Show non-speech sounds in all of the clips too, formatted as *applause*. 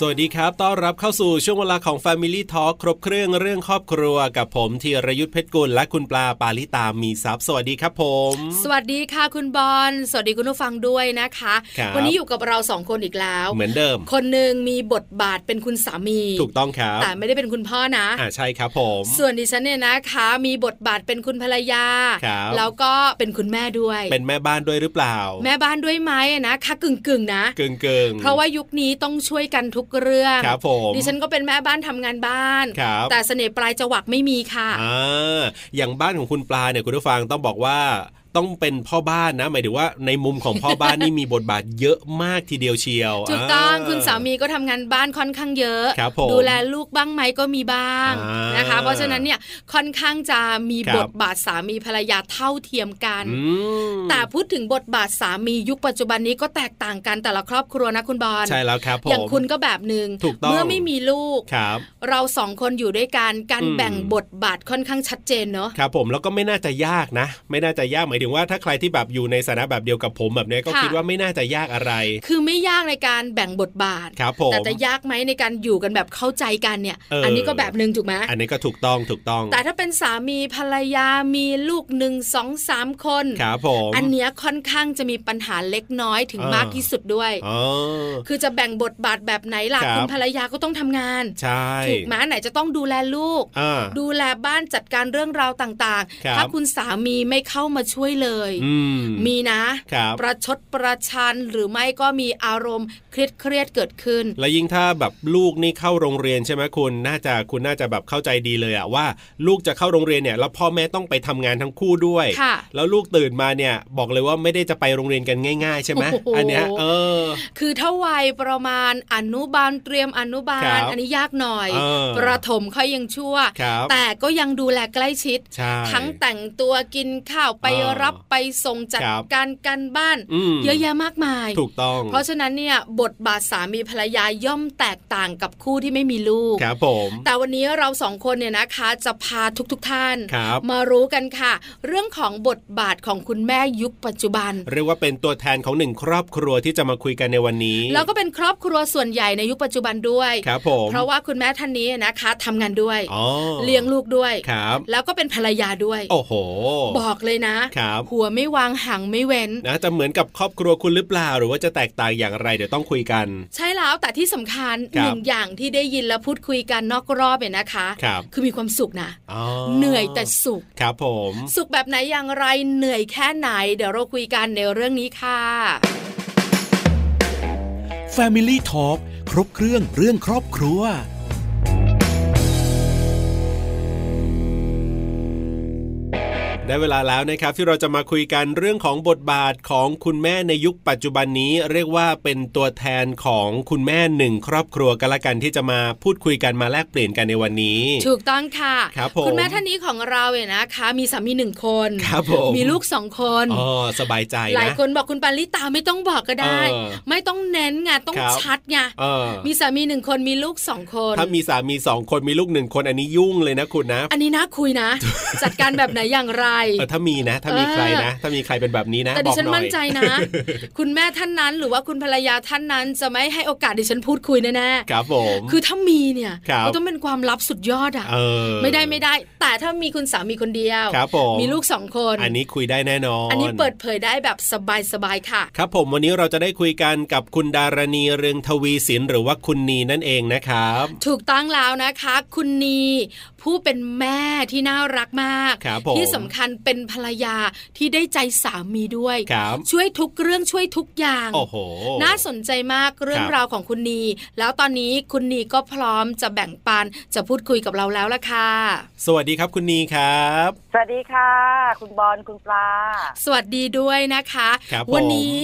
สวัสดีครับ ต้อนรับเข้าสู่ช่วงเวลาของ Family Talk ครบเครื่องเรื่องครอบครัวกับผมธีรยุทธเพชรกุลและคุณปลาปาลิตามีซัพ์สวัสดีครับผม สวัสดีค่ะคุณบอล สวัสดีคุณผู้ฟังด้วยนะคะ ครับ วันี้อยู่กับเราสองคนอีกแล้ว เหมือนเดิม คนหนึ่งมีบทบาทเป็นคุณสามี ถูกต้องครับ แต่ไม่ได้เป็นคุณพ่อนะ อ่าใช่ครับผม ส่วนดิฉันเนี่ยนะคะ มีบทบาทเป็นคุณภรรยา ครับ แล้วก็เป็นคุณแม่ด้วย เป็นแม่บ้านด้วยหรือเปล่า แม่บ้านด้วยไหมนะคะกึ่งกึ่งๆนะ เกิงเกิง เพราะว่ายุคนี้ต้องช่วยกันทุกเรื่อง ครับผม ดิฉันก็เป็นแม่บ้านทำงานบ้าน ครับ แต่เสน่ห์ปลายจวักไม่มีค่ะ อ่าอย่างบ้านของคุณปลาเนี่ยคุณผู้ฟังต้องบอกว่าต้องเป็นพ่อบ้านนะ หมายถึงว่าในมุมของพ่อบ้านนี่มีบทบาทเยอะมากทีเดียวเชียว ถูกต้อง า คุณสามีก็ทำงานบ้านค่อนข้างเยอะ ครับผม ดูแลลูกบ้างไหมก็มีบ้าง อ่าน นะคะ เพราะฉะนั้นเนี่ยค่อนข้างจะมี ครับ บทบาทสามีภรรยาเท่าเทียมกัน อืม แต่พูดถึงบทบาทสามียุคปัจจุบันนี้ก็แตกต่างกันแต่ละครอบครัวนะคุณบอล ใช่แล้วครับผม อย่างคุณก็แบบหนึ ถู ง่ กต้อง เมื่อไม่มีลูก ครับ เราสองคนอยู่ด้วยกันการ อืม แบ่งบทบาทค่อนข้างชัดเจนเนอะ ครับผมแล้วก็ไม่น่าจะยากนะ ไม่น่าจะยากหมายถึงว่าถ้าใครที่แบบอยู่ในสถานะแบบเดียวกับผมแบบเนี้ยก็ ค่ะ คิดว่าไม่น่าจะยากอะไร คือไม่ยากในการแบ่งบทบาท ครับผม แต่จะยากไหมในการอยู่กันแบบเข้าใจกันเนี่ย เอออั นนี้ก็แบบหนึ่งถูกไหม อันนี้ก็ถูกต้องถูกต้อง แต่ถ้าเป็นสามีภรรยามีลูกหนึ่งสองสามคน ครับผม อันเนี้ยค่อนข้างจะมีปัญหาเล็กน้อยถึงมากที่สุดด้วย อ๋อ คือจะแบ่งบทบาทแบบไหนล่ะ ครับ คุณภรรยาก็ต้องทำงาน ใช่ ถูกไหมไหนจะต้องดูแลลูก อ่า ดูแลบ้านจัดการเรื่องราวต่าง ครับ ๆ ถ้าคุณสามีไม่เข้ามาช่วยเลย อืม มีนะ ครับ ประชดประชันหรือไม่ก็มีอารมณ์เครียดเครียดๆเกิดขึ้น แล้วยิ่งถ้าแบบลูกนี่เข้าโรงเรียนใช่ไหมคุณน่าจะคุณน่าจะแบบเข้าใจดีเลยอะว่า ลูกจะเข้าโรงเรียนเนี่ยแล้วพ่อแม่ต้องไปทำงานทั้งคู่ด้วย ค่ะ แล้วลูกตื่นมาเนี่ย บอกเลยว่าไม่ได้จะไปโรงเรียนกันง่าย ๆ ใช่ไหมอันเนี้ยเออ คือถ้าวัยประมาณอนุบาลเตรียมอนุบา ครั ล บ อันนี้ยากหน่อย เออ ประถมค่อยยังชั่ว ครับ แต่ก็ยังดูแลใกล้ชิด ใช่ ทั้งแต่งตัวกินข้าวไป เออ รับไปส่งจัด ครับ การกันบ้าน อืม เยอะแยะมากมาย ถูกต้อง เพราะฉะนั้นเนี่ยบทบาทสามีภรรยาย่อมแตกต่างกับคู่ที่ไม่มีลูก ครับผม แต่วันนี้เราสองคนเนี่ยนะคะจะพาทุกๆทท่าน ครับ มารู้กันค่ะ เรื่องของบทบาทของคุณแม่ยุคปัจจุบัน เรียกว่าเป็นตัวแทนของหนึ่งครอบครัวที่จะมาคุยกันในวันนี้ แล้วก็เป็นครอบครัวส่วนใหญ่ในยุคปัจจุบันด้วย ครับผม เพราะว่าคุณแม่ท่านนี้นะคะทำงานด้วย อ๋อ เลี้ยงลูกด้วย ครับ แล้วก็เป็นภรรยาด้วย โอ้โห บอกเลยนะ ครับ หัวไม่วางหางไม่เว้น นะจะเหมือนกับครอบครัวคุณหรือเปล่า หรือว่าจะแตกต่างอย่างไร เดี๋ยวต้องคุยกัน ใช่แล้วแต่ที่สำคัญ ครับ หนึ่งอย่างที่ได้ยินและพูดคุยกันนอกรอบเนี่ยนะคะ ครับ คือมีความสุขนะ อ๋อ เหนื่อยแต่สุข ครับผม สุขแบบไหนอย่างไรเหนื่อยแค่ไหน เดี๋ยวเราคุยกันในเรื่องนี้ค่ะ Family Talk ครบเครื่องเรื่องครอบครัว ได้เวลาแล้วนะครับ ที่เราจะมาคุยกันเรื่องของบทบาทของคุณแม่ในยุคปัจจุบันนี้ เรียกว่าเป็นตัวแทนของคุณแม่หนึ่งครอบครัวกันละกันที่จะมาพูดคุยกันมาแลกเปลี่ยนกันในวันนี้ ถูกต้องค่ะ ครับผม ณแม่ท่านนี้ของเราเนี่ยนะคะ มีสามีหนึ่งคน ครับผม มีลูกสองคน อ๋อสบายใจนะ หลายคนบอกคุณปาลิตาไม่ต้องบอกก็ได้ เออ ไม่ต้องเน้นไงต้อง ครับ ชัดไง เออ มีสามีหนึ่งคนมีลูกสองคน ถ้ามีสามีสองคนมีลูกหนึ่งคนอันนี้ยุ่งเลยนะคุณนะ อันนี้นะคุยนะ จัดการแบบไหนอย่างไร เออถ้ามีนะ ถ้ามีใครนะ ถ้ามีใครเป็นแบบนี้นะ แต่ดิ บอก ฉัน หน่อย มั่นใจนะ *laughs* คุณแม่ท่านนั้น หรือว่าคุณภรรยาท่านนั้นจะไม่ให้โอกาสดิฉันพูดคุยแน่ ครับผม ๆคือถ้ามีเนี่ย ครับ มันต้องเป็นความลับสุดยอดอ่ะ เออ ไม่ได้ไม่ได้ แต่ถ้ามีคุณสามีคนเดียว ครับผม มีลูกสองคน อันนี้คุยได้แน่นอน อันนี้เปิดเผยได้แบบสบายๆค่ะ ครับผมวันนี้เราจะได้คุยกันกับคุณดารณีเรืองทวีศิลป์หรือว่าคุณนีนั่นเองนะครับ ถูกต้องแล้วนะคะ คุณนีผู้เป็นแม่ที่น่ารักมาก ครับผม ที่สำคัญเป็นภรรยาที่ได้ใจสามีด้วย ครับ ช่วยทุกเรื่องช่วยทุกอย่าง โอ้โห น่าสนใจมากเรื่อง ครับ ราวของคุณนี แล้วตอนนี้คุณนีก็พร้อมจะแบ่งปันจะพูดคุยกับเราแล้วล่ะค่ะ สวัสดีครับคุณนีครับ สวัสดีค่ะ คุณบอลคุณปลา สวัสดีด้วยนะคะ ครับผม วันี้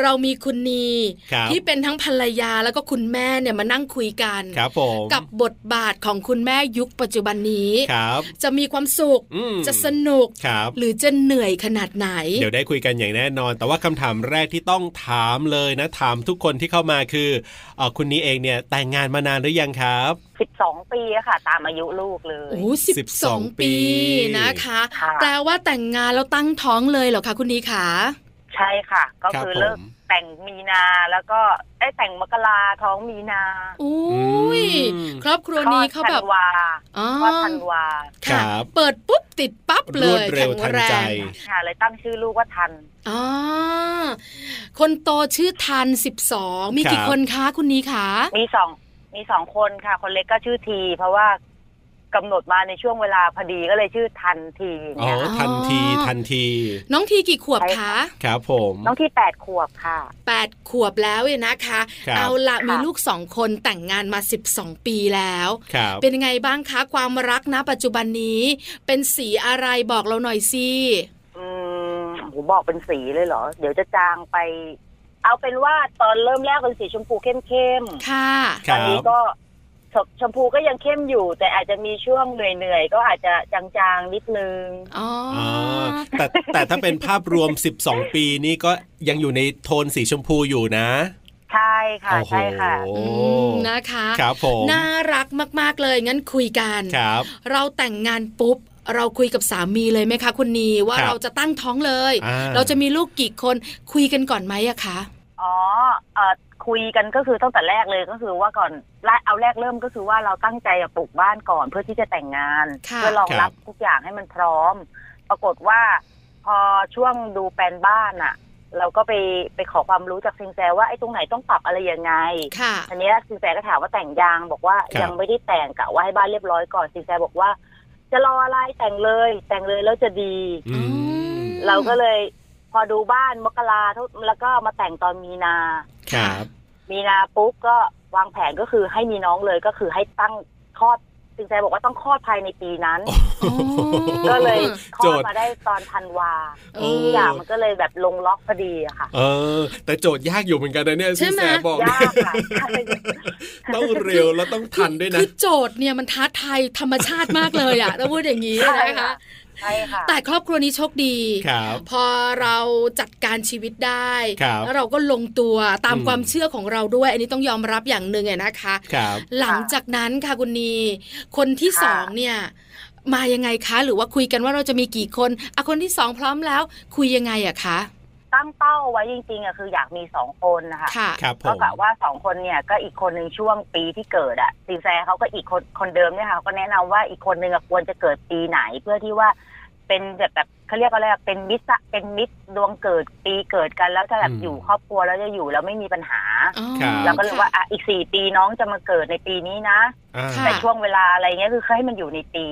เรามีคุณนี ครับ ที่เป็นทั้งภรรยาแล้วก็คุณแม่เนี่ยมานั่งคุยกัน ครับผม กับบทบาทของคุณแม่ยุคปัจจุบัน บันนี้ ครับ จะมีความสุข อืม จะสนุก ครับ หรือจะเหนื่อยขนาดไหน เดี๋ยวได้คุยกันอย่างแน่นอน แต่ว่าคำถามแรกที่ต้องถามเลยนะ ถามทุกคนที่เข้ามาคือเออคุณนี้เองเนี่ยแต่งงานมานานหรือยังครับ สิบสองปีอะค่ะ ตามอายุลูกเลย โอ้สิบสอง 12ปี ปีนะคะ ค่ะ แปลว่าแต่งงานแล้วตั้งท้องเลยเหรอคะคุณนีขา ใช่ค่ะ ก็คคือรับผม เลิกแต่งมีนาแล้วก็ได้ยแต่งมกราท้องมีนา อุ้ย อืม ครอบครัวนี้เขาแบบ คลอดธันวา อ๋อ คลอดธันวา ครั ค่ะ บ เปิดปุ๊บติดปั๊บเล รวย ดเร็ว แข็งแร ทันใจ ง ค่ะเลยตั้งชื่อลูกว่าทัน อ๋อคนโตชื่อทันสิบสองมีกี่ ครับ คนคะคุณนีขา มีสองมีสองคนค่ะ คนเล็กก็ชื่อที เพราะว่ากำหนดมาในช่วงเวลาพอดีก็เลยชื่อทันทีอย่าง อ๋อ เนี่ยค่ะ ทันที อ๋อ ทันที น้องทีกี่ขวบคะ ครับผม น้องที่แปดขวบค่ะ แปดขวบแล้วเนี่ยนะคะ ครับ เอาละมี ค่ะ ลูกสองคนแต่งงานมา 12 ปีแล้ว ครับ เป็นยังไงบ้างคะความรักนะปัจจุบันนี้ เป็นสีอะไรบอกเราหน่อยสิ อืมโหบอกเป็นสีเลยเหรอ เดี๋ยวจะจางไป เอาเป็นว่าตอนเริ่มแรกเป็นสีชมพูเข้ม ค่ะ ๆ ค ตอน รั นี้ บ ก็ชมชมพูก็ยังเข้มอยู่ แต่อาจจะมีช่วงเหนื่อยๆ ก็อาจจะจางๆนิดนึง อ๋ออ อ๋อแต่แต่ถ้าเป็นภาพรวม 12 ปีนี่ก็ยังอยู่ในโทนสีชมพูอยู่นะ ใช่ค่ะ โอ้โห ใช่ค่ะ อืมนะคะ ครับผม น่ารักมากๆเลยงั้นคุยกัน ครับ เราแต่งงานปุ๊บ เราคุยกับสามีเลยไหมคะคุณนีว่า ครับ เราจะตั้งท้องเลย อ่า เราจะมีลูกกี่คนคุยกันก่อนไหมอะคะ อ๋อเอ่อคุยกันก็คือตั้งแต่แรกเลยก็คือว่าก่อนแรกเอาแรกเริ่มก็คือว่าเราตั้งใจจะปลูกบ้านก่อนเพื่อที่จะแต่งงาน ค่ะ เพื่อรองรับทุกอย่างให้มันพร้อม ปรากฏว่าพอช่วงดูแปลนบ้านอะเราก็ไปไปขอความรู้จากซิงแซว่าไอ้ตรงไหนต้องปรับอะไรยังไง ค่ะ อันเนี้ยซิงแซก็ถามว่าแต่งยางบอกว่า ครับ ยังไม่ได้แต่งกะว่าให้บ้านเรียบร้อยก่อนซิงแซบอกว่า จะรออะไรแต่งเลย แต่งเลยแล้วจะดี อืม ม เราก็เลยพอดูบ้านมกราทุกแล้วก็มาแต่งตอนมีนา ครับ มีนาปุ๊บก็วางแผนก็คือให้มีน้องเลยก็คือให้ตั้งคลอดสิงแซบอกว่าต้องคลอดภายในปีนั้น อ๋อ ก็เลยคล โจ อด ทย์ มาได้ตอนธันวา โอ้ ทุกอย่างมันก็เลยแบบลงล็อกพอดีอะค่ะ เออ แต่โจทย์ยากอยู่เหมือนกันนะเนี่ย ใช่ สิน ไหม แสบอก ยากค่ะ ต้องเร็วแล้วต้องทันด้วย คื นะ อโจทย์เนี่ยมันท้าทายธรรมชาติมากเลยอะถ้าพูดอย่างนี้ ใช่ นะ ค่ะ คะ ใช่ค่ะ แต่ครอบครัวนี้โชคดี ครับ พอเราจัดการชีวิตได้ ครับ แล้วเราก็ลงตัวตาม อืม ความเชื่อของเราด้วย อันนี้ต้องยอมรับอย่างหนึ่งอะนะคะ ครับ หลังจากนั้นค่ะคุณนี คนที่ ค่ะ สองเนี่ย มายังไงคะ หรือว่าคุยกันว่าเราจะมีกี่คนอะคนที่สองพร้อมแล้ว คุยยังไงอะคะ ตั้งเป้าไว้จริงๆอะคืออยากมีสองคนนะคะ ค่ะ ครับผ ก็ ม กะว่าสองคนเนี่ยก็อีกคนหนึ่งช่วงปีที่เกิดอะสิงแซเขาก็อีกคนคนเดิมเนี่ยค่ะเขาก็แนะนำว่าอีกคนหนึ่งอะควรจะเกิดปีไหนเพื่อที่ว่าเป็นแบบแบบเขาเรียกอะไรอะเป็นมิตรสะเป็นมิตรดวงเกิดปีเกิดกันแล้วจะแบบ อืม อยู่ครอบครัวแล้วจะอยู่แล้วไม่มีปัญหา อ๋อ ครับ เราก็เลยว่าอ่ะอีกสี่ปีน้องจะมาเกิดในปีนี้นะ อ่า ค่ะ แต่ช่วงเวลาอะไรเงี้ยคือให้มันอยู่ในปี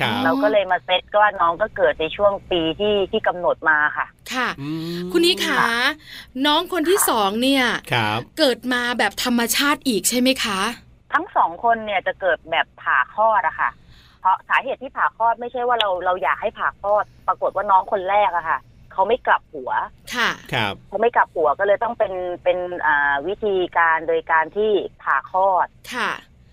ครับ เราก็เลยมาเซตก็ว่าน้องก็เกิดในช่วงปีที่ที่กำหนดมาค่ะ ค่ะ อืม คุณนี้ค่ะ น้องคนที่สองเนี่ย ครับ เกิดมาแบบธรรมชาติอีกใช่ไหมคะ ทั้งสองคนเนี่ยจะเกิดแบบผ่าคลอดอะค่ะ เพราะสาเหตุที่ผ่าคลอดไม่ใช่ว่าเราเราอยากให้ผ่าคลอด ปรากฏว่าน้องคนแรกอะค่ะเขาไม่กลับหัว ค่ะ ครับ เขาไม่กลับหัวก็เลยต้องเป็นเป็นอ่าวิธีการโดยการที่ผ่าคลอด ค่ะ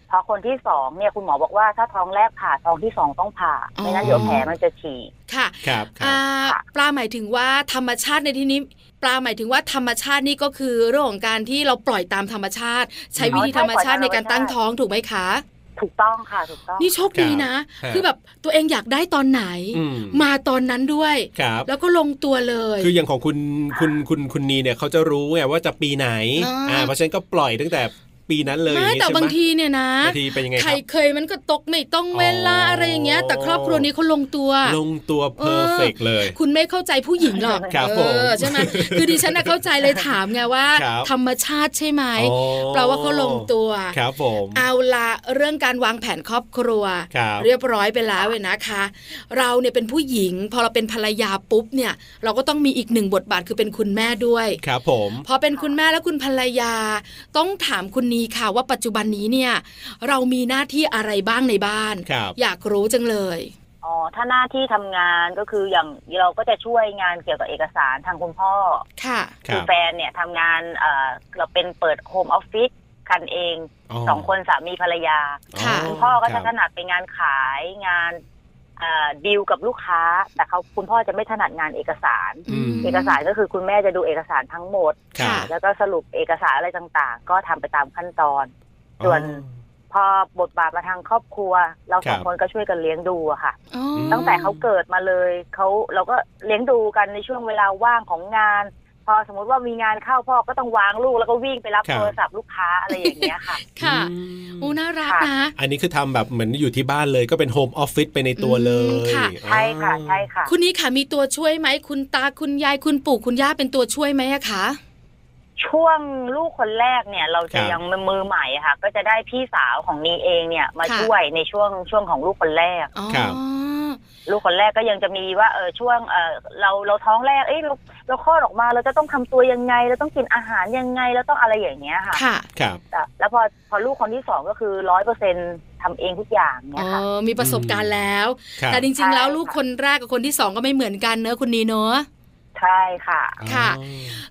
เพราะคนที่สองเนี่ยคุณหมอบอกว่าถ้าท้องแรกผ่าท้องที่สองต้องผ่า ไม่งั้นเดี๋ยวแผลมันจะฉีก ค่ะ ครับค อ่า รับ ปลาหมายถึงว่าธรรมชาติในที่นี้ปลาหมายถึงว่าธรรมชาตินี่ก็คือเรื่องของการที่เราปล่อยตามธรรมชาติ ใช้วิธีธรรมชาติในการตั้งท้องถูกไหมคะ ถูกต้องค่ะถูกต้อง นี่โชคดีนะ ครับ คือแบบตัวเองอยากได้ตอนไหน อืม มาตอนนั้นด้วย ครับ แล้วก็ลงตัวเลย คืออย่างของคุณคุณคุณคุณนีเนี่ยเขาจะรู้ไงว่าจะปีไหน อ่า เพราะฉะนั้นก็ปล่อยตั้งแต่ปีนั้นเลยอย่ ไม่ นี้ แต่ ใช่ไหม บางทีเนี่ยนะ บางทีเป็นยังไงค ไข่ รับ เคยมันก็ตกไม่ต้องเวลา อ๋ออ อะไรอย่างเงี้ย แต่ครอบครัวนี้เขาลงตัว ลงตัว เอ เพอ อ ร์เฟกเลย คุณไม่เข้าใจผู้หญิงหรอก ครับ เอ ผม อใช่ไหมคือดิฉันน่ะเข้าใจเลยถามไงว่า ครับ ธรรมชาติใช่ไหม อ๋อ แปลว่าเขาลงตัว ครับผม เอาละเรื่องการวางแผนครอบครัว ครับ เรียบร้อยไปแล้วเว้ยนะคะ เราเนี่ยเป็นผู้หญิง พอเราเป็นภรรยาปุ๊บเนี่ย เราก็ต้องมีอีกหนึ่งบทบาทคือเป็นคุณแม่ด้วย ครับผม พอเป็นคุณแม่และคุณภรรยา ต้องถามคุณนีค่ะว่าปัจจุบันนี้เนี่ย เรามีหน้าที่อะไรบ้างในบ้าน ครับ อยากรู้จังเลย อ๋อ ถ้าหน้าที่ทำงานก็คืออย่างเราก็จะช่วยงานเกี่ยวกับเอกสารทางคุณพ่อ ค่ะ ครับ แฟนเนี่ยทำงานเอ่อเราเป็นเปิดโฮมออฟฟิศ กันเองสองคนสามีภรรยา ค่ะ คุณพ่อก็จะถ ด นัดไปงานขายงานเอ่อดีลกับลูกค้า แต่เขาคุณพ่อจะไม่ถนัดงานเอกสาร ม เอกสารก็คือคุณแม่จะดูเอกสารทั้งหมด ค่ะ ค่ะ แล้วก็สรุปเอกสารอะไรต่างๆ ก็ทำไปตามขั้นตอน ส่วน พอบทบาทมาทางครอบครัว เราสครัองบ คนก็ช่วยกันเลี้ยงดูอะค่ะ อ๋อ ตั้งแต่เขาเกิดมาเลยเขาเราก็เลี้ยงดูกันในช่วงเวลาว่างของงาน พอสมมติว่ามีงานเข้าพ่อก็ต้องวางลูกแล้วก็วิ่งไปรับ ครับ โทรศัพท์ลูกค้าอะไรอย่างเงี้ยค่ะ ค่ะ อืม โอ้น่ารักนะ อันนี้คือทำแบบเหมือนอยู่ที่บ้านเลยก็เป็นโฮมออฟฟิศไปในตัวเล อืม ย ค่ะ ใช่ค่ะ อ่า ใช่ค่ะ คุณนี้ค่ะมีตัวช่วยไหมคุณตาคุณยายคุณปู่คุณย่าเป็นตัวช่วยไหมอะคะ ช่วงลูกคนแรกเนี่ยเราจะยังมือใหม่ค่ะ ก็จะได้พี่สาวของนีเองเนี่ยมา ค่ะ ช่วยในช่วงช่วงของลูกคนแรก อ๋อ ครับ ลูกคนแรกก็ยังจะมีว่าเออช่วงเออเราเราท้องแรกเอ้ยเราเราคลอดออกมาเราจะต้องทำตัวยังไง เราต้องกินอาหารยังไงเราต้องอะไรอย่างเงี้ยค่ะ ค่ะ ครับ แต่แล้วพอพอลูกคนที่สองก็คือร้อยเปอร์เซ็นทำเองทุกอย่าง เอ เนี่ยค่ะ อมีประสบการณ์แล้ว ครับ แต่จริง ๆ แล้ว ใช่ ลูก ค่ะ คนแรกกับคนที่สองก็ไม่เหมือนกันเนอะคุณนีเนอะ ใช่ค่ะ ค่ะ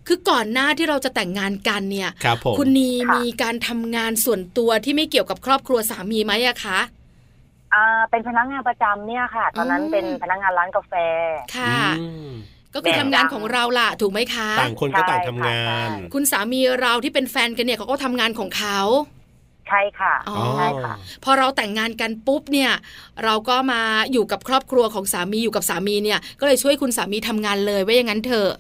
คือก่อนหน้าที่เราจะแต่งงานกันเนี่ย ครับผม คุณนี ค่ะ มีการทำงานส่วนตัวที่ไม่เกี่ยวกับครอบครัวสามีไหมอะคะ อ่าเป็นพนักงานประจำเนี่ยค่ะ ตอนนั้น อืม เป็นพนักงานร้านกาแฟ ค่ะ อืม ก็คือ แบ่ ทำ ง งานของเราล่ะถูกไหมคะ ต่างคนก็ต่างทำงาน คุณสามีเราที่เป็นแฟนกันเนี่ยเขาก็ทำงานของเขา ใช่ค่ะ อ๋อ ใช่ค่ะ พอเราแต่งงานกันปุ๊บเนี่ย เราก็มาอยู่กับครอบครัวของสามีอยู่กับสามีเนี่ย ก็เลยช่วยคุณสามีทำงานเลยว่าอย่างนั้นเถอะ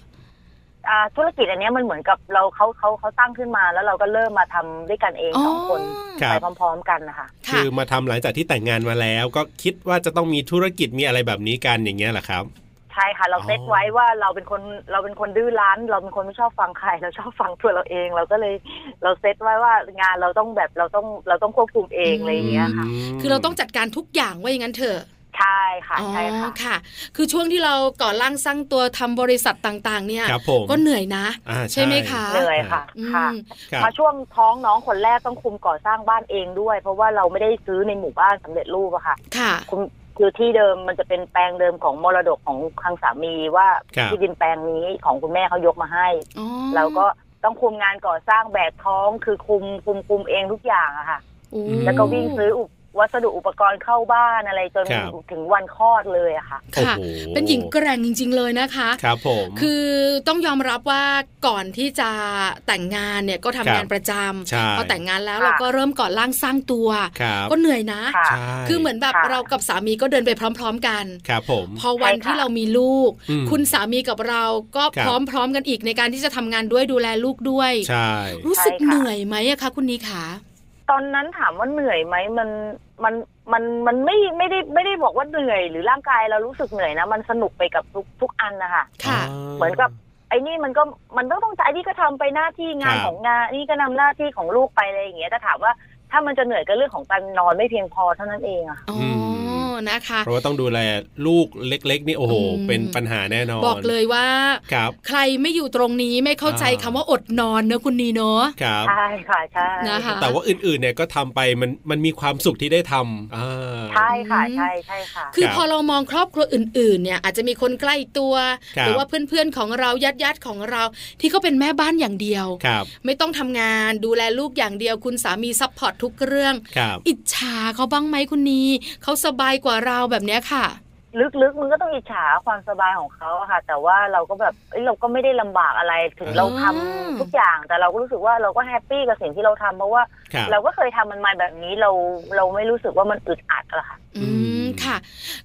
อ่าธุรกิจอันเนี้ยมันเหมือนกับเราเขาเขาเขาตั้งขึ้นมา แล้วเราก็เริ่มมาทำด้วยกันเองสองคน ครับ ไปพร้อม ๆ กันนะคะ ค่ะ คือมาทำหลังจากที่แต่งงานมาแล้ว ก็คิดว่าจะต้องมีธุรกิจมีอะไรแบบนี้กันอย่างเงี้ยเหรอครับ ใช่ค่ะเรา อ๋อ เซตไว้ว่าเราเป็นคนเราเป็นคนดื้อรั้น เราเป็นคนไม่ชอบฟังใคร *laughs* เราชอบฟังตัวเราเอง เราก็เลยเราเซตไว้ว่างานเราต้องแบบเราต้องเราต้องควบคุมเอง อืม อะไรอย่างเงี้ยค่ะ ม คือเราต้องจัดการทุกอย่างว่าอย่างนั้นเถอะ ใช่ค่ะ อ๋อ ใช่ค่ะ ค่ะ คือช่วงที่เราก่อร่างสร้างตัวทำบริษัทต่างๆ เนี่ย ครับผม ก็เหนื่อยนะ อ่าใช่ ใช่ไหมคะ เหนื่อยค่ะ อื ค่ะ ม ครับ มาช่วงท้องน้องคนแรกต้องคุมก่อสร้างบ้านเองด้วย เพราะว่าเราไม่ได้ซื้อในหมู่บ้านสำเร็จรูปอะค่ะ ค่ะ คุณคือที่เดิมมันจะเป็นแปลงเดิมของมรดกของทางสามีว่า ครับ ที่ดินแปลงนี้ของคุณแม่เขายกมาให้ อ๋อ เราก็ต้องคุมงานก่อสร้างแบกท้องคือคุมคุมคุมเองทุกอย่างอะค่ะ โอ้ แล้วก็วิ่งซื้ออุปวัสดุอุปกรณ์เข้าบ้านอะไรจน ครับ ถึงวันคลอดเลยอะค่ะ โอ้ ค่ะ โห เป็นหญิงแกร่งจริง ๆ เลยนะคะ ครับผม คือต้องยอมรับว่าก่อนที่จะแต่งงานเนี่ยก็ทำ ครับ งานประจำ ใช่ พอแต่งงานแล้ว ค่ะ เราก็เริ่มก่อร่างสร้างตัว ครับ ก็เหนื่อยนะ ค่ะ ใช่ คือเหมือนแบบ ค่ะ เรากับสามีก็เดินไปพร้อม ๆ กัน ครับผม พอวัน ใช่ค่ะ ที่เรามีลูก อืม คุณสามีกับเราก็ ครั พ บ ร้อม ๆ กันอีกในการที่จะทำงานด้วยดูแลลูกด้วย ใช่ รู้สึก ใช่ค่ะ เหนื่อยไหมอะคะคุณนีขา ตอนนั้นถามว่าเหนื่อยไหมมันมันมันมันไม่ไม่ได้ไม่ได้บอกว่าเหนื่อย หรือร่างกายเรารู้สึกเหนื่อยนะมันสนุกไปกับทุกทุกอันนะคะ ค่ะ เหมือนกับ ไอ้นี่มันก็มันต้องต้องไอ้นี่ก็ทำไปหน้าที่งาน ครับ ของงานนี่ก็นำหน้าที่ของลูกไปอะไรอย่างเงี้ยแต่ถามว่าถ้ามันจะเหนื่อยก็เรื่องของการนอนไม่เพียงพอเท่านั้นเองอะค่ะ อ๋อ ม นะคะ เพราะว่าต้องดูแลลูกเล็ก ๆ นี่โอ้โห อืม เป็นปัญหาแน่นอน บอกเลยว่า ครับ ใครไม่อยู่ตรงนี้ไม่เข้าใจคำ อ่า ว่าอดนอนเนอะคุณนีเนอะ ครับ ใช่ค่ะใช่ นะคะ แต่ว่าอื่นๆเนี่ยก็ทำไปมันมันมีความสุขที่ได้ทำอ่า ใช่ค่ะใช่ใช่ค่ะ คือ ครับ พอเรามองครอบครัวอื่นๆ เนี่ยอาจจะมีคนใกล้ตัว ครั ห บ รือว่าเพื่อนๆของเราญาติๆของเรา ที่เขาเป็นแม่บ้านอย่างเดียว ครับ ไม่ต้องทำงานดูแลลูกอย่างเดียว คุณสามีซัพพอร์ตทุกเรื่อง ครับ อิจฉาเขาบ้างไหมคุณนีเขาสบายกว่าเราแบบเนี้ยค่ะ ลึกๆมันก็ต้องอิจฉาความสบายของเขาอะค่ะ แต่ว่าเราก็แบบเอ้ยเราก็ไม่ได้ลำบากอะไรถึงเราทำ อืม ทุกอย่างแต่เราก็รู้สึกว่าเราก็แฮปปี้กับสิ่งที่เราทำเพราะว่า ครับ เราก็เคยทำมันมาแบบนี้เราเราไม่รู้สึกว่ามันอึดอัดอะค่ะ อื อื ม ม ค่ะ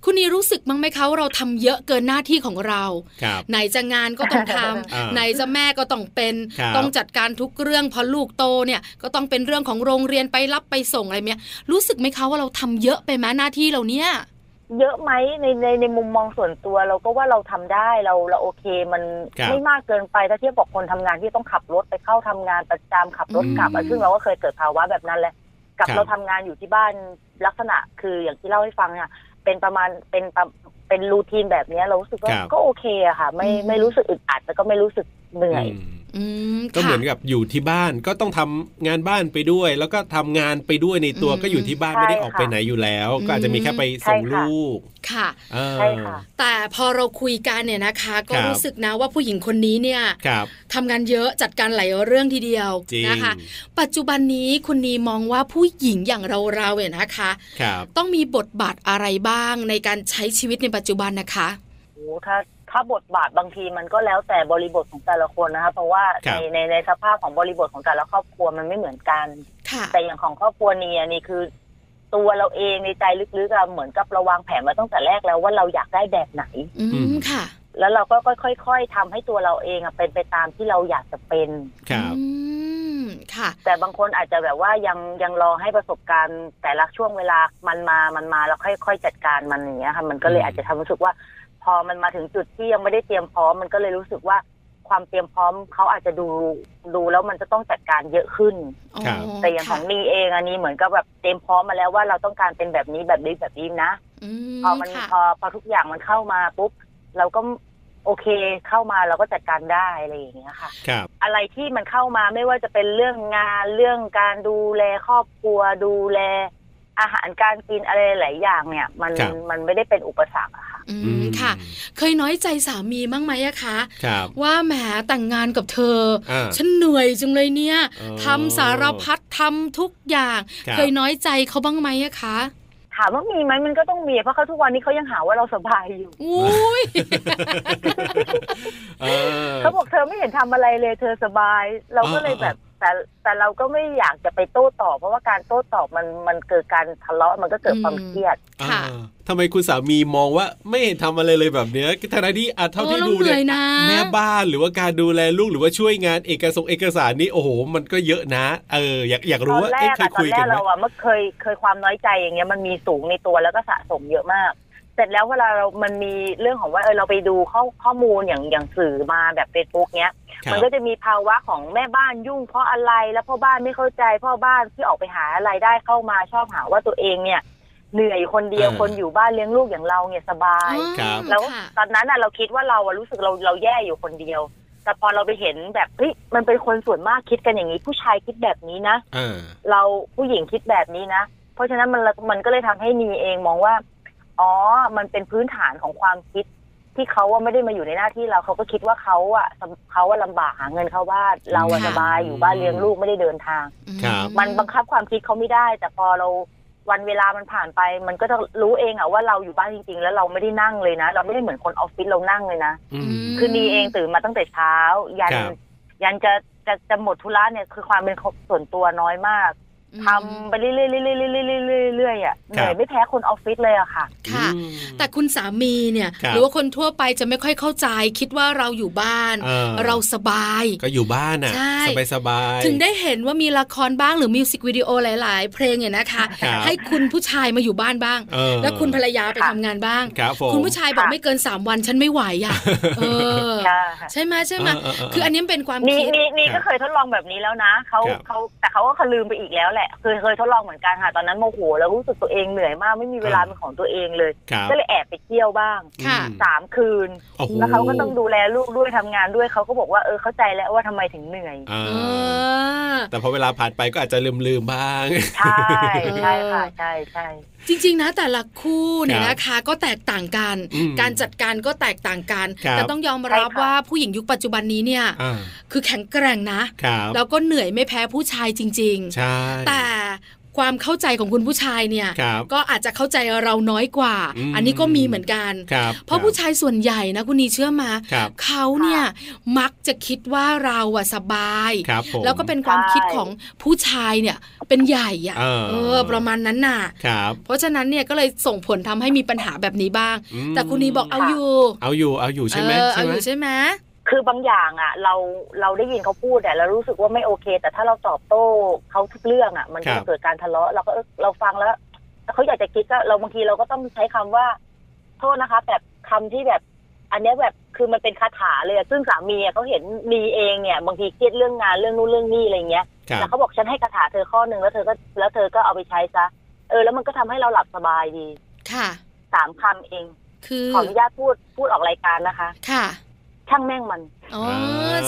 คุณนีรู้สึกบ้างไหมคะว่าเราทำเยอะเกินหน้าที่ของเรา ครับ ไหนจะงานก็ต้องท อ่า ำไหนจะแม่ก็ต้องเป็น ครับ ต้องจัดการทุกเรื่องพอลูกโตเนี่ยก็ต้องเป็นเรื่องของโรงเรียนไปรับไปส่งอะไรเนี้ยรู้สึกไหมคะว่าเราทำเยอะไปไหมหน้าที่เราเนี่ย เยอะไหมในในในมุมมองส่วนตัวเราก็ว่าเราทำได้เราเราโอเคมัน ครับ ไม่มากเกินไปถ้าเทียบกับคนทำงานที่ต้องขับรถไปเข้าทำงานประจำขับรถกลับ อืม อ่ะซึ่งเราก็เคยเกิดภาวะแบบนั้นแหละกับ ครับ เราทำงานอยู่ที่บ้านลักษณะคืออย่างที่เล่าให้ฟังเนี่ยเป็นประมาณเป็นประเป็นรูทีนแบบเนี้ยเรารู้สึกว่า ครับ ก็โอเคอะค่ะ ไม่ไม่รู้สึกอึดอัดแล้วก็ไม่รู้สึกเหนื่อย ม อืม ก็เหมือน ค่ะ กับอยู่ที่บ้านก็ต้องทำงานบ้านไปด้วย แล้วก็ทำงานไปด้วยในตัว อืม ก็อยู่ที่บ้านไม่ได้ออก ใช่ค่ะ ไปไหนอยู่แล้ว อืม ก็อาจจะมีแค่ไปส่งลูก ค่ะ อ่า ใช่ค่ะ แต่พอเราคุยกันเนี่ยนะคะ ก็ ครับ รู้สึกนะว่าผู้หญิงคนนี้เนี่ย ครับ ทำงานเยอะจัดการหลายเรื่องทีเดียว จริง นะคะ ปัจจุบันนี้คุณนีมองว่าผู้หญิงอย่างเราเราๆเนี่ยนะคะ ครับ ต้องมีบทบาทอะไรบ้างในการใช้ชีวิตในปัจจุบันนะคะ โอ้ถ้าถ้าบทบาทบางทีมันก็แล้วแต่บริบทของแต่ละคนนะคะเพราะว่าในในในสภาพของบริบทของแต่ละครอบครัวมันไม่เหมือนกัน ค่ะ แต่อย่างของครอบครัวนี้นี่คือ ตัวเราเองในใจลึกๆอะเหมือนกับเระวางแผนมาตั้งแต่แรกแล้วว่าเราอยากได้แบบไหน อืมค่ะ แล้วเราก็ค่อยๆทำให้ตัวเราเองอะเป็นไปตามที่เราอยากจะเป็น ครับ อืมค่ะ แต่บางคนอาจจะแบบว่ายังยังรอให้ประสบการณ์แต่ละช่วงเวลามันมามันมาแล้วค่อยๆจัดการมันอย่างเงี้ยค่ะมันก็เลยอาจจะทำรู้สึกว่า พอมันมาถึงจุดที่ยังไม่ได้เตรียมพร้อม มันก็เลยรู้สึกว่าความเตรียมพร้อมเขาอาจจะดูดูแล้วมันจะต้องจัดการเยอะขึ้น อ๋อ แต่อย่างของ ค่ะ นีเองอันนี้เหมือนกับแบบเตรียมพร้อมมาแล้วว่าเราต้องการเป็นแบบนี้แบบนี้แบบนี้นะ อื พอมัน ค่ะ พอพอทุกอย่างมันเข้ามาปุ๊บเราก็โอเคเข้ามาเราก็จัดการได้อะไรอย่างเงี้ยค่ะ ครับ อะไรที่มันเข้ามาไม่ว่าจะเป็นเรื่องงานเรื่องการดูแลครอบครัว ดูแล อาหารการกินอะไรหลายอย่างเนี่ย มัน ครับ มันไม่ได้เป็นอุปสรรคอะค่ะ อื อื ม ม ค่ะ เคยน้อยใจสามีบ้างไหมอะคะ ครับ ว่าแหมแต่งงานกับเธอ อ่า ฉันเหนื่อยจังเลยเนี่ย อ๋อ ทำสารพัดทำทุกอย่าง ครับ เคยน้อยใจเขาบ้างไหมอะคะ ถามว่ามีไหมมันก็ต้องมีเพราะเขาทุกวันนี้เขายังหาว่าเราสบายอยู่ อุ้ย เออ เขาบอกเธอไม่เห็นทำอะไรเลย เธอสบาย เราก็เลย อ่า แบบแต่แต่เราก็ไม่อยากจะไปโต้ตอบ เพราะว่าการโต้ตอบมันมันเกิดการทะเลาะมันก็เกิดความ อืม เครียด ค่ะ อ่าทำไมคุณสามีมองว่าไม่เห็นทำอะไรเลยแบบเนี้ยทนายที่อ่ะเท่าที่ โอ้ ดู เราเหนื่อยนะ แม่บ้านหรือว่าการดูแลลูกหรือว่าช่วยงานเอกสงเอกสารนี่โอ้โห มันก็เยอะนะ เออ อยากอยากรู้ว่า ตอนแร เอ๊ะ ก เคยคุยอะตอนแร กัน ก ไหม เราอะเมื่อเคยเคยความน้อยใจอย่างเงี้ยมันมีสูงในตัวแล้วก็สะสมเยอะมาก เสร็จแล้วเวลาเรา มันมีเรื่องของว่าเออเราไปดูข้อข้อมูลอย่างอย่างสื่อมาแบบเฟซบุ๊กเนี้ย ครับ มัก็จะมีภาวะของแม่บ้านยุ่งเพราะอะไรแล้วพ่อบ้านไม่เข้าใจพ่อบ้านที่ออกไปหารายได้เข้ามาชอบหาว่าตัวเองเนี่ยเหนื่อยคนเดียว เออ คนอยู่บ้านเลี้ยงลูกอย่างเราเนี่ยสบาย อ๋อ ครับ แล้ว ค่ะ ตอนนั้นน่ะเราคิดว่าเราอะรู้สึกเราเราแย่อยู่คนเดียว แต่พอเราไปเห็นแบบเฮ้ยมันเป็นคนส่วนมากคิดกันอย่างนี้ ผู้ชายคิดแบบนี้นะ อ่า เราผู้หญิงคิดแบบนี้นะ เพราะฉะนั้นมันมันก็เลยทำให้นีเองมองว่า อ๋อ มันเป็นพื้นฐานของความคิด ที่เขาว่าไม่ได้มาอยู่ในหน้าที่เราเขาก็คิดว่าเขาอะเขาว่าลำบากหาเงินเข้าบ้านเราอะ ค่ะ สบายอยู่บ้านเลี้ยงลูกไม่ได้เดินทาง ครับ มันบังคับความคิดเขาไม่ได้ แต่พอเราวันเวลามันผ่านไป มันก็จะรู้เองอะว่าเราอยู่บ้านจริง ๆ แล้วเราไม่ได้นั่งเลยนะ เราไม่ได้เหมือนคนออฟฟิศเรานั่งเลยนะ อืม ม คือนีเองตื่นมาตั้งแต่เช้า ยัน ครับ ยันจะจะจะหมดธุระเนี่ยคือความเป็นส่วนตัวน้อยมาก ทำไปเรื่อยๆเรื่อยๆเรื่อยๆเรื่อยๆเรื่อยๆเรื่อยๆอ่ะเหนื่อยไม่แพ้คนออฟฟิศเลยอะค่ะ ค่ะ อืม แต่คุณสามีเนี่ย ครับ หรือว่าคนทั่วไปจะไม่ค่อยเข้าใจ คิดว่าเราอยู่บ้าน ออ เราสบาย ก็อยู่บ้านอ่ะ ใช่ สบายสบายๆ ถึงได้เห็นว่ามีละครบ้างหรือมิวสิกวิดีโอหลาย ๆ เพลงเนี่ยนะคะ ครับ ให้คุณผู้ชายมาอยู่บ้านบ้าง เออ แล้วคุณภรรยาไปทำงานบ้าง ครับผม คุณผู้ชายบอก ค่ะ ไม่เกิน 3 วันฉันไม่ไหวอ่ะเออ ใช่ค่ะ ใช่ไหมใช่ไหม เออเออเออ คืออันนี้มันเป็นความ มี คิด มีมี ครั ก็ บ เคยทดลองแบบนี้แล้วนะเขา ครับ เขาแต่เขาก็ลืมไปอีกแล้วแหละคือเคยทดลองเหมือนกันค่ะตอนนั้นโมโหแล้วรู้สึกตัวเองเหนื่อยมากไม่มีเวลาเป็นของตัวเองเลย ครับ ก็เลยแอบไปเที่ยวบ้าง ค่ะ อืม สามคืน โอ้โห แล้วเขาก็ต้องดูแลลูกด้วยทำงานด้วยเขาก็บอกว่าเออเข้าใจแล้วว่าทำไมถึง *laughs* เหนื่อย อ่า เออ แต่พอเวลาผ่านไปก็อาจจะลืมลืมๆบ้าง ใช่ใช่ค่ะใช่ใช่ จริงๆนะแต่ละคู่เนี่ย ครับ นะคะก็แตกต่างกัน อืม การจัดการก็แตกต่างกัน ครับ แต่ต้องยอมรับ ใช่ค่ะ ว่าผู้หญิงยุคปัจจุบันนี้เนี่ย อ่า คือแข็งแกร่งนะ ครับ แล้วก็เหนื่อยไม่แพ้ผู้ชายจริง ใช่ ๆ แต่ความเข้าใจของคุณผู้ชายเนี่ย ครับ ก็อาจจะเข้าใจเราน้อยกว่า อืม อันนี้ก็มีเหมือนกัน ครับ เพราะผู้ชายส่วนใหญ่นะคุณนีเชื่อมา ครับ เขาเนี่ยมักจะคิดว่าเราอะสบาย ครับผม แล้วก็เป็นความคิดของผู้ชายเนี่ยเป็นใหญ่อะ เออ เออ ประมาณนั้นน่ะ ครับ เพราะฉะนั้นเนี่ยก็เลยส่งผลทำให้มีปัญหาแบบนี้บ้าง อืม แต่คุณนีบอกเอาอยู่ เอาอยู่เอาอยู่ใช่ไหม เออเอา ใช่ไห อ ม ยู่ใช่ไหม คือบางอย่างอ่ะ เราเราได้ยินเขาพูดแต่เรารู้สึกว่าไม่โอเค แต่ถ้าเราตอบโต้เขาทุกเรื่องอ่ะ มันก็ ครั จะ บ เกิดการทะเลาะเราก็เออเราฟังแล้วแล้วเขาอยากจะคิดก็เราบางทีเราก็ต้องใช้คำว่า โทษนะคะ แบบคำที่แบบ อันเนี้ยแบบคือมันเป็นคาถาเลยอะซึ่งสามีอะเขาเห็นมีเองเนี่ยบางทีเครียดเรื่องงานเรื่องนู้นเรื่องนี้อะไรเงี้ย ครั แต่ บ เขาบอกฉันให้คาถาเธอข้อหนึ่งแล้วเธอก็แล้วเธอก็เอาไปใช้ซะเออแล้วมันก็ทำให้เราหลับสบายดี ค่ะ สามคำเอง คือ ขออนุญาตพูดพูดออกรายการนะคะ ค่ะ ช่างแม่งมัน อ๋อ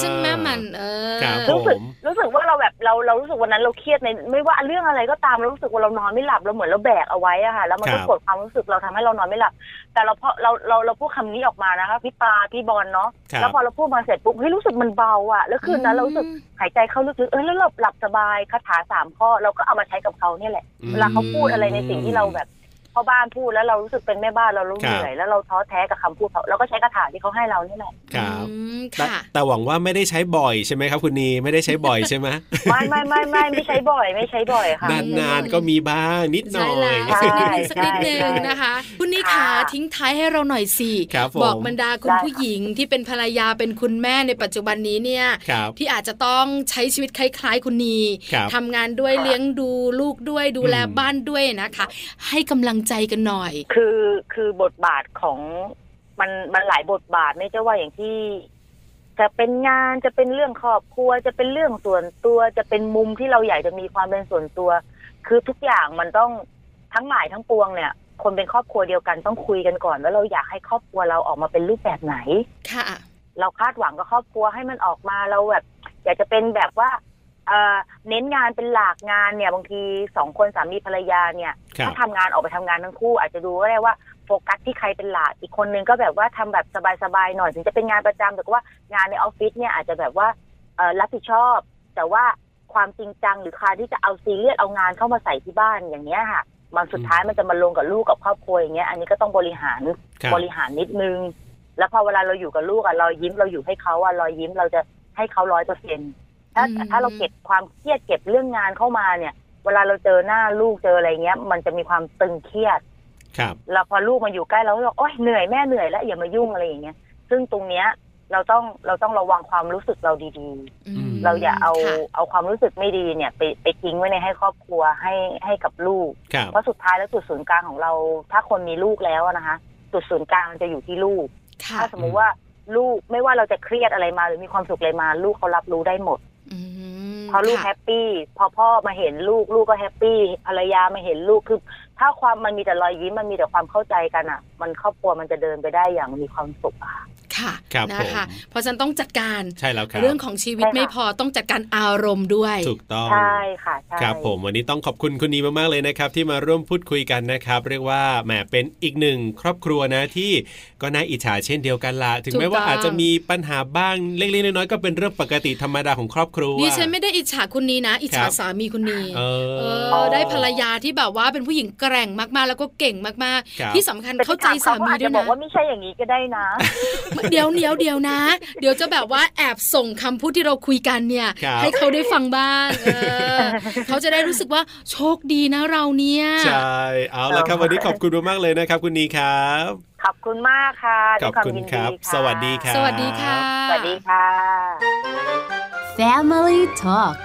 ซึ่งแม่มัน เออ ครับผ รู้สึก ม รู้สึกว่าเราแบบเราเรารู้สึกวันนั้นเราเครียดในไม่ว่าเรื่องอะไรก็ตามเรารู้สึกว่าเรานอนไม่หลับเราเหมือนเราแบกเอาไว้อะค่ะแล้วมันก็ ครับ กดความรู้สึกเราทำให้เรานอนไม่หลับ แต่เราพอเราเราเราพูดคำนี้ออกมานะคะพี่ปาพี่บอลเนาะ ครับ แล้วพอเราพูดมาเสร็จปุ๊บเฮ้ยรู้สึกมันเบาอะแล้วคืนนั้นเรารู้สึกหายใจเข้าลึกๆเออแล้วหลับหลับสบายคาถาสามข้อเราก็เอามาใช้กับเขาเนี่ยแหละ อืม เวลาเขาพูดอะไรในสิ่งที่เราแบบพ่อบ้านพูดแล้วเรารู้สึกเป็นแม่บ้านเรารู้ ครับเหนื่อยแล้วเราท้อแท้กับคำพูดเขาเราก็ใช้คาถาที่เขาให้เรานี่แหละ ครับ อืม แต่ ค่ะ แต่หวังว่าไม่ได้ใช้บ่อยใช่ไหมครับ คุณนีไม่ได้ใช้บ่อยใช่ไหม ไม่ไม่ไม่ไม่ไม่ใช้บ่อย ไม่ใช้บ่อยค่ะ นานๆก็มีบ้างนิดหน่ ใช่ อ แล้ ย ว ใช่ สักนิดนึงสักนิดนึง ใช่ นะคะ คุณนี่ขา ค่ะ ทิ้งท้ายให้เราหน่อยสิ ครับผม บอกบรรดาคุณ ได้ค่ะ ผู้หญิงที่เป็นภรรยาเป็นคุณแม่ในปัจจุบันนี้เนี่ย ครับ ที่อาจจะต้องใช้ชีวิตคล้าย ๆ คุณนี ครับ ทำงานด้วยเลี้ยงดูลูกด้วยดูแล อืม บ้านด้วยนะคะ ให้กำลังใจกันหน่อย คือคือบทบาทของมันมันหลายบทบาทไม่ใช่ว่าอย่างที่ จะเป็นงานจะเป็นเรื่องครอบครัวจะเป็นเรื่องส่วนตัวจะเป็นมุมที่เราอยากจะมีความเป็นส่วนตัว คือทุกอย่างมันต้องทั้งหลายทั้งปวงเนี่ย คนเป็นครอบครัวเดียวกันต้องคุยกันก่อนว่าเราอยากให้ครอบครัวเราออกมาเป็นรูปแบบไหน ค่ะ เราคาดหวังกับครอบครัวให้มันออกมาเราแบบ อยากจะเป็นแบบว่าเอ่อเน้นงานเป็นหลักงานเนี่ย บางทีสองคนสามีภรรยาเนี่ย ครับ ถ้าทำงานออกไปทำงานทั้งคู่ อาจจะดูก็ได้ว่าโฟกัสที่ใครเป็นหลักอีกคนนึงก็แบบว่าทำแบบสบายๆหน่อย ถึงจะเป็นงานประจำแต่ก็ว่างานในออฟฟิศเนี่ยอาจจะแบบว่าเอ่อรับผิดชอบ แต่ว่าความจริงจังหรือการที่จะเอาซีเรียสเอางานเข้ามาใส่ที่บ้านอย่างเงี้ยค่ะ มันสุดท้ายมันจะมาลงกับลูกกับครอบครัวอย่างเงี้ยอันนี้ก็ต้องบริหาร ครับ บริหารนิดนึง แล้วพอเวลาเราอยู่กับลูกอะรอยยิ้มเราอยู่ให้เขาอะรอยยิ้มเราจะให้เขาร้อยเปอร์เซ็นถ้า อืม ถ้าเราเก็บความเครียดเก็บเรื่องงานเข้ามาเนี่ย เวลาเราเจอหน้าลูกเจออะไรเงี้ย มันจะมีความตึงเครียด ครับ แล้วพอลูกมาอยู่ใกล้เราก็บอกโอ๊ยเหนื่อยแม่เหนื่อยแล้วอย่ามายุ่งอะไรอย่างเงี้ย ซึ่งตรงเนี้ยเราต้องเราต้องระวังความรู้สึกเราดี อืม ๆ เราอย่าเอา ค่ะ เอาความรู้สึกไม่ดีเนี่ยไปไปทิ้งไว้ในให้ครอบครัวให้ให้กับลูก ครับ เพราะสุดท้ายแล้วจุดศูนย์กลางของเรา ถ้าคนมีลูกแล้วอะนะคะ จุดศูนย์กลางจะอยู่ที่ลูก ค่ะ ถ้าสมมุติว่าลูกไม่ว่าเราจะเครียดอะไรมาหรือมีความสุขอะไรมา ลูกเขารับรู้ได้หมด อืม พอลูก ค่ะ แฮปปี้พอพ่อมาเห็นลูกลูกก็แฮปปี้ภรรยามาเห็นลูกคือ ถ้าความมันมีแต่รอยยิ้มมันมีแต่ความเข้าใจกันอ่ะ มันครอบครัวมันจะเดินไปได้อย่างมีความสุขอะ ค่ะ ครับ นะคะ ผม เพราะฉะนันต้องจัดการ ใช่แล้วครับ เรื่องของชีวิต ใช่ค่ะ ไม่พอต้องจัดการอารมณ์ด้วย ถูกต้อง ใช่ค่ะใช่ ครับผมวันนี้ต้องขอบคุณคุณนีมาก ๆ เลยนะครับ ที่มาร่วมพูดคุยกันนะครับ เรียกว่าแหมเป็นอีกหนึ่งครอบครัวนะที่ก็น่าอิจฉาเช่นเดียวกันละถึง ถูก แม้ว่า ต้อง อาจจะมีปัญหาบ้างเล็กๆน้อยๆก็เป็นเรื่องปกติธรรมดาของครอบครัว ดิฉันไม่ได้อิจฉาคุณนีนะ อิจคฉารับ สามีคุณนี เออ เออได้ภรรยาที่แบบว่าเป็นผู้หญิงแกร่งมากๆ แล้วก็เก่งมาก ครับ ๆ ที่สำคัญ แต่ เข้าใจสามี อาจ ด้ว จะ ย บอ นะ กว่าไม่ใช่อย่างนี้ก็ได้นะ เดี๋ยวเดี๋ยวเดี๋ยวนะ เดี๋ยวจะแบบว่าแอบส่งคำพูดที่เราคุยกันเนี่ย ครับ ให้เขาได้ฟังบ้างเออ *laughs* เขาจะได้รู้สึกว่าโชคดีนะเราเนี่ย ใช่เอาละครับวันนี้ขอบคุณมากๆเลยนะครับ คุณนีครับ ขอบคุณมากค่ะ ข ด้อวบ ยวาม คุณ ยิน ครับ ะ สวัสดีครับ สวัสดีค่ะ สวัสดีค่ะ Family Talk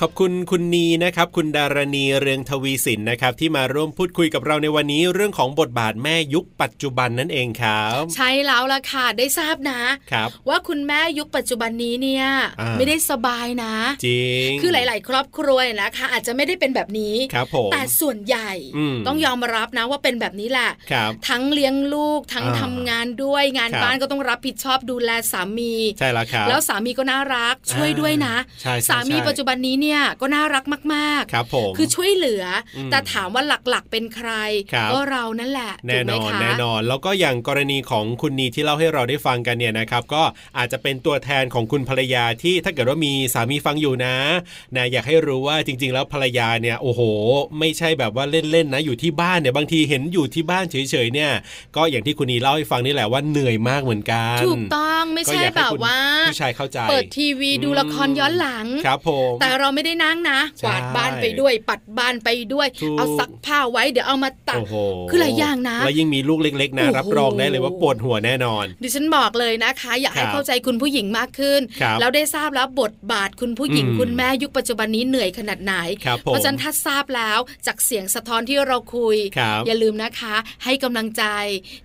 ขอบคุณคุณนีนะครับ คุณดารณีเรืองทวีสินนะครับ ที่มาร่วมพูดคุยกับเราในวันนี้เรื่องของบทบาทแม่ยุคปัจจุบันนั่นเองครับ ใช่แล้วล่ะค่ะได้ทราบนะ ครับ ว่าคุณแม่ยุคปัจจุบันนี้เนี่ย อ่า ไม่ได้สบายนะ จริง คือหลาย ๆ ครอบครัวเนี่ยนะคะ อาจจะไม่ได้เป็นแบบนี้ ครับผม แต่ส่วนใหญ่ อืม ต้องยอมรับนะว่าเป็นแบบนี้แหละ ครับ ทั้งเลี้ยงลูกทั้ง อ่า ทำงานด้วยงาน ครับ บ้านก็ต้องรับผิดชอบดูแลสามี ใช่แล้วครับ แล้วสามีก็น่ารักช่วยด้วยนะ ใช่ใช่ สามี ใช่ ปัจจุบันนี้เนี่ยก็น่ารักมากๆ ครับผม คือช่วยเหลืออ ม แต่ถามว่าหลักๆเป็นใคร ครับ ก็เรานั่นแหละ แน่น ถู อก น ไหมคะ แน่นอนแล้วก็อย่างกรณีของคุณนีที่เล่าให้เราได้ฟังกันเนี่ยนะครับ ก็อาจจะเป็นตัวแทนของคุณภรรยาที่ถ้าเกิดว่ามีสามีฟังอยู่นะนะอยากให้รู้ว่าจริง ๆ แล้วภรรยาเนี่ยโอ้โห ไม่ใช่แบบว่าเล่นๆนะอยู่ที่บ้านเนี่ยบางทีเห็นอยู่ที่บ้านเฉยๆเนี่ย ก็อย่างที่คุณนีเล่าให้ฟังนี่แหละว่าเหนื่อยมากเหมือนกัน ถูกต้องไม่ ก็ ใช่ อยาก แบ ให้ บ คุณ ว่า ผู้ชายเข้าใจ เปิดทีวีดูละครย้อนหลัง ครับผม แต่เราไม่ได้นั่งนะ ใช่ กวาดบ้านไปด้วย ปัดบ้านไปด้วย ถูก เอาซักผ้าไว้เดี๋ยวเอามาตัก โอ้โห คือหลายอย่างนะ แล้วยิ่งมีลูกเล็ก ๆ นะ โอ้โห รับรองได้เลยว่าปวดหัวแน่นอน ดิฉันบอกเลยนะคะ อยากให้ ครับ เข้าใจคุณผู้หญิงมากขึ้น ครับ แล้วได้ทราบแล้วบทบาทคุณผู้หญิง อืม คุณแม่ยุคปัจจุบันนี้เหนื่อยขนาดไหน ครับผม เพราะฉะนั้นถ้าทราบแล้วจากเสียงสะท้อนที่เราคุย ครับ อย่าลืมนะคะ ให้กำลังใจ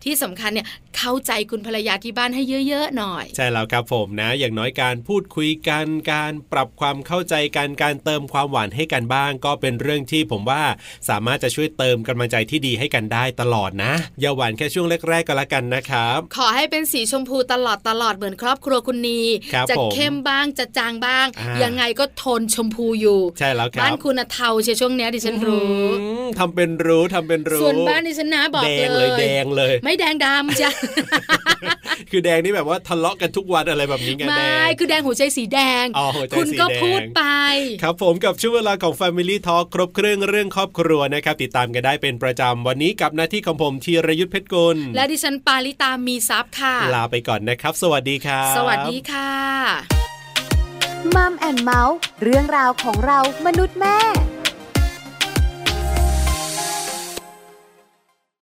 ที่สำคัญเนี่ยเข้าใจคุณภรรยาที่บ้านให้เยอะ ๆ หน่อย ใช่แล้วครับผมนะ อย่างน้อยการพูดคุยกันการปรับความเข้าใจกัน การเติมความหวานให้กันบ้าง ก็เป็นเรื่องที่ผมว่าสามารถจะช่วยเติมกำลังใจที่ดีให้กันได้ตลอดนะอย่าหวานแค่ช่วงแรกๆก็แล้วกันนะครับ ขอให้เป็นสีชมพูตลอดตลอดเหมือนครอบครัวคุณนี ครับ จะ ผม เข้มบ้างจะจางบ้าง อ่ายั ยังไงก็โทนชมพูอยู่ ใช่แล้วครับ บ้านคุณน่ะเทาเชียวช่วงเนี้ยดิฉันรู้ อืมทำเป็นรู้ทำเป็นรู้ ส่วนบ้านดิฉันนะบอก แดงเลเลย ย แดงเลย ไม่แดงดำจ้ะ คือแดงนี่แบบว่าทะเลาะกันทุกวันอะไรแบบนี้ไง ไม แด่ ง คือแดงหัวใจสีแดง อ๋อหัวใจ คุณ สี ก็ แดง พูดไป ครับผมกับช่วงเวลาของ Family Talk ครบเครื่องเรื่องครอบครัวนะครับ ติดตามกันได้เป็นประจำ วันนี้กับหน้าที่ของผมธีรยุทธเพชรกุล และดิฉันปาริตามีซับค่ะ ลาไปก่อนนะครับ สวัสดีครับ สวัสดีค่ะ มัมแอนเมาส์เรื่องราวของเรามนุษย์แม่